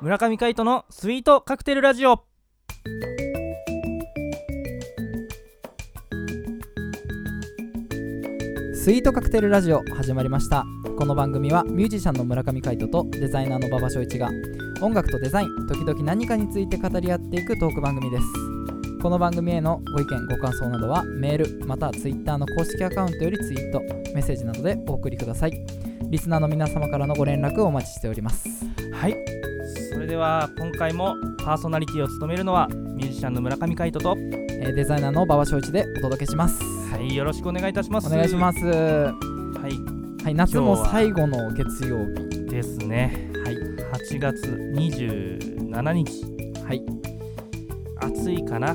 村上海人のスイートカクテルラジオスイートカクテルラジオ始まりましたこの番組はミュージシャンの村上海人とデザイナーの馬場翔一が音楽とデザイン時々何かについて語り合っていくトーク番組ですこの番組へのご意見ご感想などはメールまたはツイッターの公式アカウントよりツイートメッセージなどでお送りくださいリスナーの皆様からのご連絡をお待ちしておりますはいそれでは今回もパーソナリティを務めるのはミュージシャンの村上海人とえーデザイナーの馬場翔一でお届けしますはいよろしくお願いいたしますお願いしますすははいい夏も最後の月曜日ですねはい8月27日はい暑いかな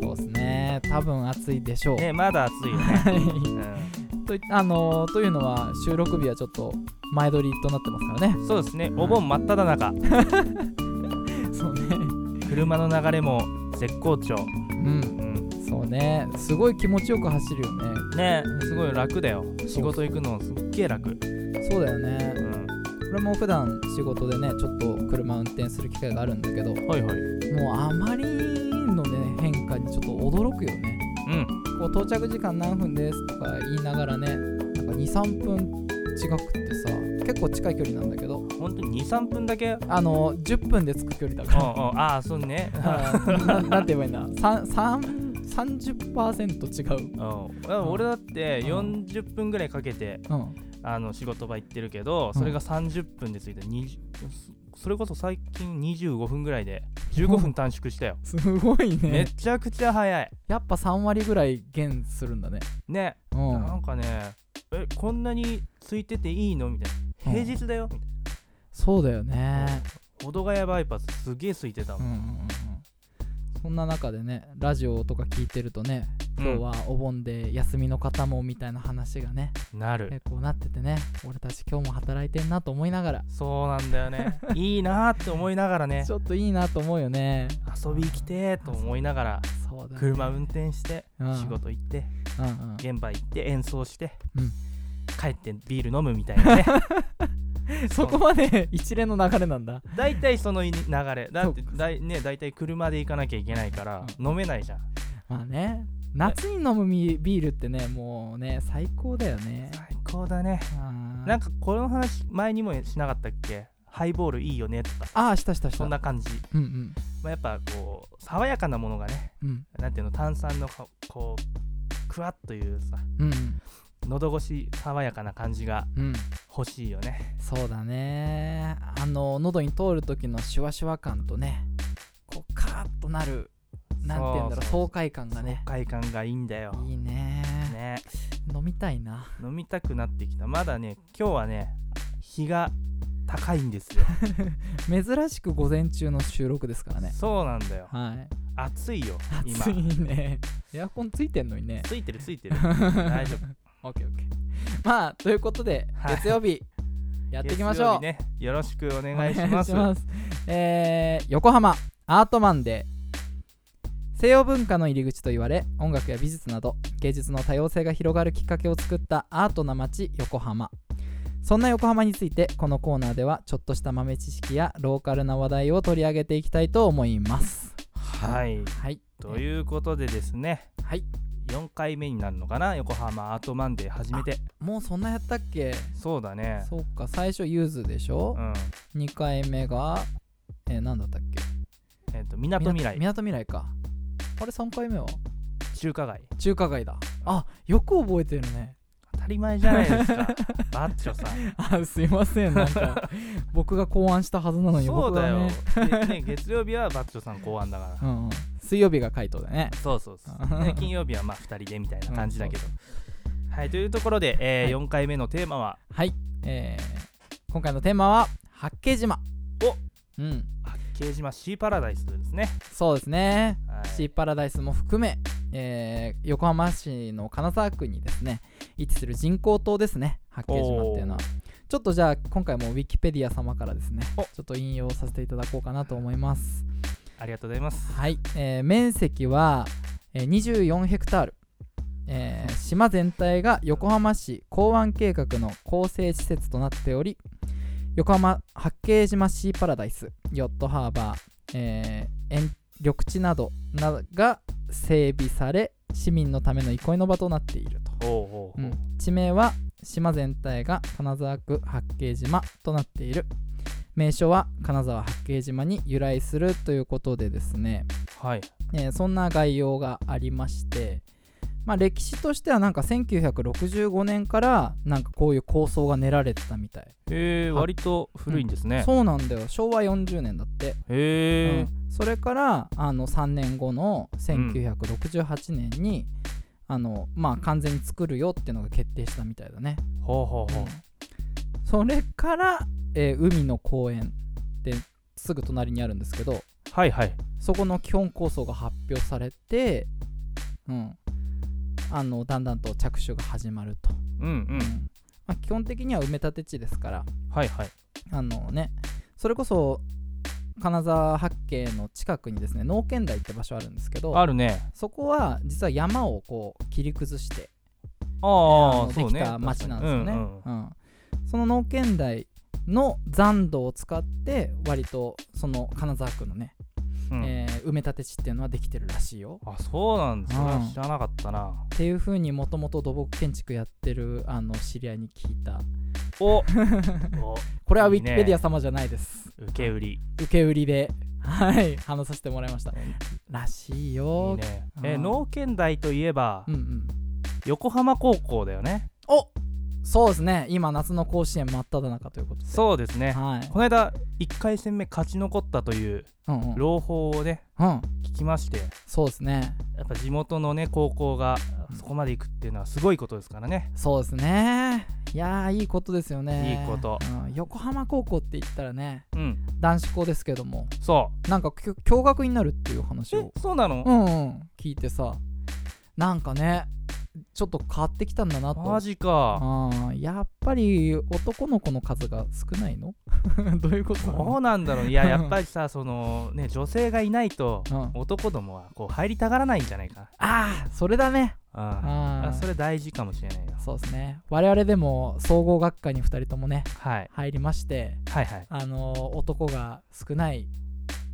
そうですね多分暑いでしょう、ねまだ暑いよね、はいといあのーというのは収録日はちょっと前撮りとなってますからねうん、そうですねお盆真っ只中 そうね車の流れも絶好調、ううんん、そうねすごい気持ちよく走るよねねすごい楽だよ仕事行くのすっげえ楽、そうだよねうん、俺も普段仕事でねちょっと車運転する機会があるんだけどもはいはいうあまりのね変化にちょっと驚くよねんこう到着時間何分ですとか言いながらねなんか23分違くってさ結構近い距離なんだけど本当に23分だ けあのー10分で着く距離だうかんうらんああそうね ななんて言えばいいんださんさん30%違う、うんでも俺だってうん40分ぐらいかけてうん、あの仕事場行ってるけどそれが30分で着いた20そそれこそ最近25分ぐらいで15分短縮したよすごいめねちゃくちゃ早いやっぱ3割ぐらい減するんだねねうんなんかねえこんなについてていいのみたいな平日だよみたいそうだよねな保土ヶ谷バイパスすげえ空いてたうもんんうんうんうんそんな中でねラジオとか聞いてるとねうん今日はお盆で休みの方もみたいな話がね、なるえこうなっててね俺たち今日も働いてんなと思いながら、そうなんだよね いいなーって思いながらねちょっといいなと思うよね遊び来てーと思いながらそうだね車運転してうん仕事行ってうんうん現場行って演奏して、うん帰ってビール飲むみたいなねそこまで一連の流れなんだ大体その流れだってそだい、ね、大体車で行かなきゃいけないから飲めないじゃんまあね夏に飲むみビールってねもうね最高だよね最高だねななんかこの話前にもしなかったっけハイボールいいよねとかああしたしたしたそんな感じ、うんうんまあ、やっぱこう爽やかなものがねうんなんていうの炭酸のこうこうクワッというさうん喉越し爽やかな感じがうんうん欲しいよねそうだねあの喉に通る時のシュワシュワ感とねこうカーッとなるなんて言うんだろそううそう爽快感がね快感がいいんだよいいねね飲みたいな飲みたくなってきたまだね今日はね日が高いんですよ珍しく午前中の収録ですからねそうなんだよはい暑いよ今暑いねエアコンついてんのにねついてるついて る大丈夫オッケーオッケーまあということではい月曜日やっていきまし月曜ょう日ねよろしくお願いしますお願いしますえー横浜アートマンデー西洋文化の入り口と言われ音楽や美術など芸術の多様性が広がるきっかけを作ったアートな街横浜そんな横浜についてこのコーナーではちょっとした豆知識やローカルな話題を取り上げていきたいと思いますはいはいということでですねはい4回目になるのかな横浜アートマンデー初めてもうそんなやったっけそうだねそうか最初ユーズでしょう、ん2回目がえー、何だったっけえっ、とみなとみらいみなとみらいかあれ3回目は中華街中華街だあよく覚えてるね当たり前じゃないですかバッチョさんあすいませんなんか 僕が考案したはずなのにそう僕がだよね、でね月曜日はバッチョさん考案だからうんうん、水曜日が回答だねそうそうそうで金曜日はまあ2人でみたいな感じだけど、はいというところで、えはい4回目のテーマははいえー、今回のテーマは八景島おうん「掲島シーパラダイス」ですね、そうですねはいシーパラダイスも含め、えー横浜市の金沢区にですね位置する人工島ですね八景島っていうのはちょっとじゃあ今回もウィキペディア様からですねちおょっと引用させていただこうかなと思いますありがとうございますはい、えー面積は、えー24ヘクタール、えー島全体が横浜市港湾計画の構成施設となっており横浜八景島シーパラダイスヨットハーバー、えー遠緑地などなが整備され市民のための憩いの場となっていると、おうおうおううん地名は島全体が金沢区八景島となっている名所は金沢八景島に由来するということでですね、はいえーそんな概要がありまして、まあ、歴史としてはなんか1965年からなんかこういう構想が練られてたみたい、えー、あ割と古いんですね、そうなんだよ昭和40年だって、へえうんそれからあの3年後の1968年に、あのまあ、完全に作るよっていうのが決定したみたいだね、ほうほうほうそれから、えー海の公園ですぐ隣にあるんですけどはいはいそこの基本構想が発表されて、うん、あのだんだんと着手が始まると、うんうんまあ、基本的には埋め立て地ですからはいはいあのねそれこそ金沢八景の近くにですね農圏台って場所あるんですけどあるねそこは実は山をこう切り崩してあああのそでうきねた町なんですよね。ううんうんんその農圏台の残土を使って割とその金沢区のね、うんえー埋め立て地っていうのはできてるらしいよ。あそうなんですうねん知らなかった なっていう風にもともと土木建築やってるあの知り合いに聞いたおおこれはウいィいキねペディア様じゃないです受け売り受け売 りではい話させてもらいましたらしいいよいねうんえ農研大といえばうんうん横浜高校だよねおそうですね今夏の甲子園真っ只中ということでそうですねはいこの間1回戦目勝ち残ったといううんうん、朗報をねうん、聞きましてそうですねやっぱ地元のね高校がそこまで行くっていうのはすごいことですからねそうですねいやーいいことですよねいいこと、うん横浜高校って言ったらねうん男子校ですけどもそなんかきょ共学になるっていう話うをえそうなのうん、うん、聞いてさなんかねちょっと変わってきたんだなとマジかあーやっぱり男の子の数が少ないの どういうことなそのうなんだろういやうんやっぱりさそのね女性がいないとうん男どもはこう入りたがらないんじゃないかああそれだねなうんああーそれ大事かもしれないよそうですね我々でも総合学科に2人ともねはい入りましてはいはいあのー男が少ない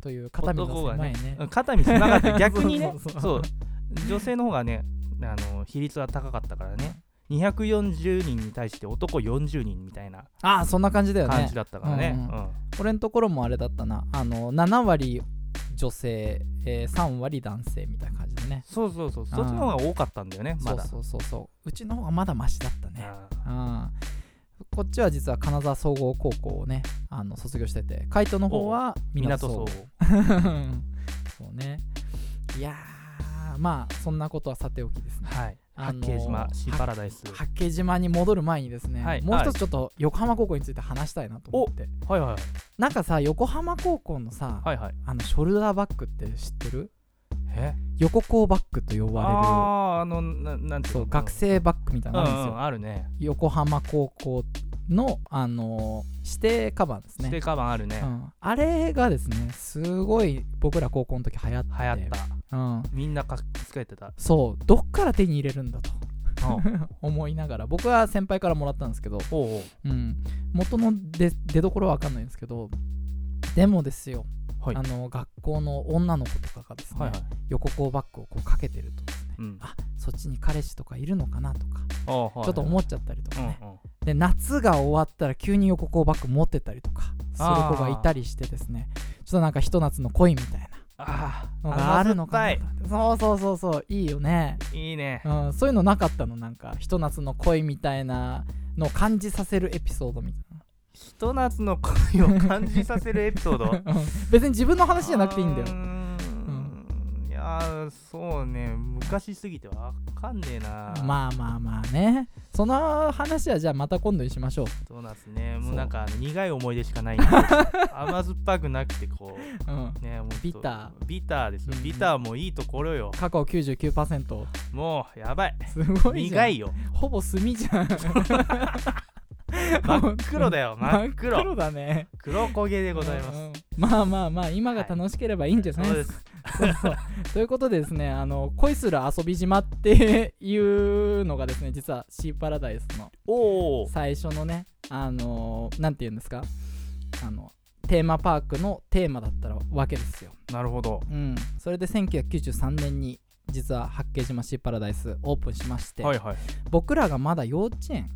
という肩身の男が狭いねねうん肩身狭か った逆にねそうそうそう女性の方がねあの比率は高かったからね240人に対して男40人みたいなああそんな感じだよ感ねじだったからねううんうんん俺のところもあれだったなあの7割女性、えー3割男性みたいな感じだねそうそうそうそっちの方が多かったんだよねまだそうそうそうそううちの方がまだマシだったねあうんこっちは実は金沢総合高校をねあの卒業してて海斗の方はー港港総総合合 そうねいやーまあそんなことはさておきですねはいあ八のー景島シーパラダイス八景島に戻る前にですね、はいもう一つちょっと横浜高校について話したいなと思ってはいはいなんかさ横浜高校のさ、はいはいあのショルダーバッグって知ってるえ横校バッグと呼ばれるああーあのななんていそううの学生バッグみたいうんなうのあるんですよ、んあるね横浜高校の、あのー指定カバンですスねテカバンあるねうん、あれがですねすごい僕ら高校の時流行って、流行ったうん、みんなかつけてたそうどっから手に入れるんだとうん思いながら僕は先輩からもらったんですけど、おうおううん、元の出出どころは分かんないんですけどでもですよ、はいあの学校の女の子とかがですね、はいはい横行バッグをこうかけてるとですねうんあそっちに彼氏とかいるのかなとかあーはいちょっと思っちゃったりとかうんうね、んで夏が終わったら急に横行バッグ持ってたりとかする子がいたりしてですねちょっとなんかひと夏の恋みたいなあーのがあるのか甘な酸っそうそうそうそういいよね、ぱいいいねうん、そういうのなかったのなんかひと夏の恋みたいなのを感じさせるエピソードみたいひと夏の恋を感じさせるエピソードなうん別に自分の 話じゃなくていいんだようーんいやーそうね昔すぎてわかんねえなまあまあまあねその話はじゃあまた今度にしましょう、ひと夏ねもそううなんかあの苦い思い出しかないんで 甘酸っぱくなくてこううん、ねもうビタービターですようんビターもいいところよカカオ99%もうやばいすごいじゃん苦いよほぼ炭じゃん真っ黒だ よ真っ黒黒だね黒焦げでございますうんまあまあまあ今が楽しければいいんじゃないそうでですか、す そうそうということでですねあの恋する遊び島っていうのがですね実はシーパラダイスのおお最初のねあのなんて言うんですかあのテーマパークのテーマだったらわけですよ、なるほどうん、それで1993年に実は八景島シーパラダイスオープンしまして、はいはい僕らがまだ幼稚園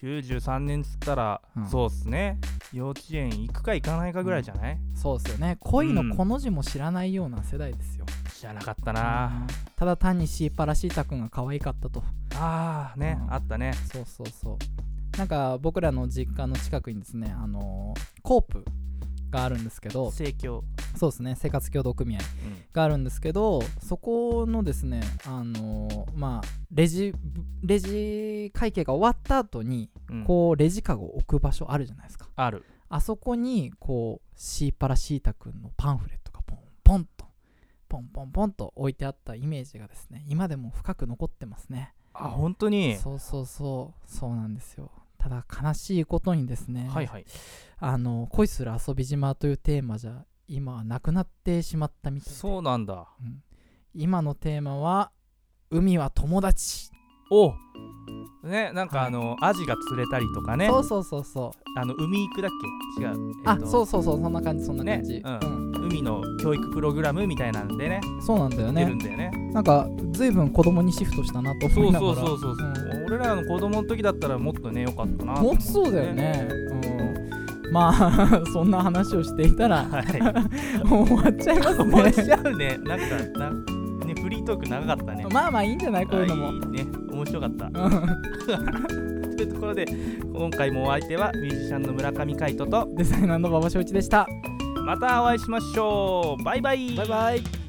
93年っつったら、うんそうっすね幼稚園行くか行かないかぐらいじゃない、そうですよね恋のこの字も知らないような世代ですよ、知らなかったな、うんただ単にシーパラシータくんが可愛かったとあーね、うんあったねそうそうそうなんか僕らの実家の近くにですねあのーコープがあるんですけど盛況、そうですね生活協同組合うんがあるんですけどそこのですねあのーまあレジレジ会計が終わった後にうんこうレジカゴを置く場所あるじゃないですかあるあそこにこうシーパラシータくんのパンフレットがポンポンとポンポンポンと置いてあったイメージがですね今でも深く残ってますねあ本当にそうそうそうそうなんですよただ悲しいことにですね、はいはいあの恋する遊び島というテーマじゃ今はなくなってしまったみたいでそうなんだうん今のテーマは海は友達、おねなんはかいあの、アジが釣れたりとかねそうそうそうそう、あの海行くだっけ違う、えっとあそうそうそうそんな感じそんな感じ、ね海の教育プログラムみたいなんでねうんそうなんだよ出るねんだよねなんか随分子供にシフトしたなとそ思いうながそらうそうそうそう、うん俺らの子供の時だったらもっとね良かったなとも思っとそうだよね、うん、まあ そんな話をしていたらはいもう終わっちゃいます思いねしちゃうねなんかなねフリートーク長かったね まあまあいいんじゃないこういうのもあいいね面白かったうん というところで今回もお相手はミュージシャンの村上海人とデザイナーの馬場正一でしたまたお会いしましょうバイバイバイバイ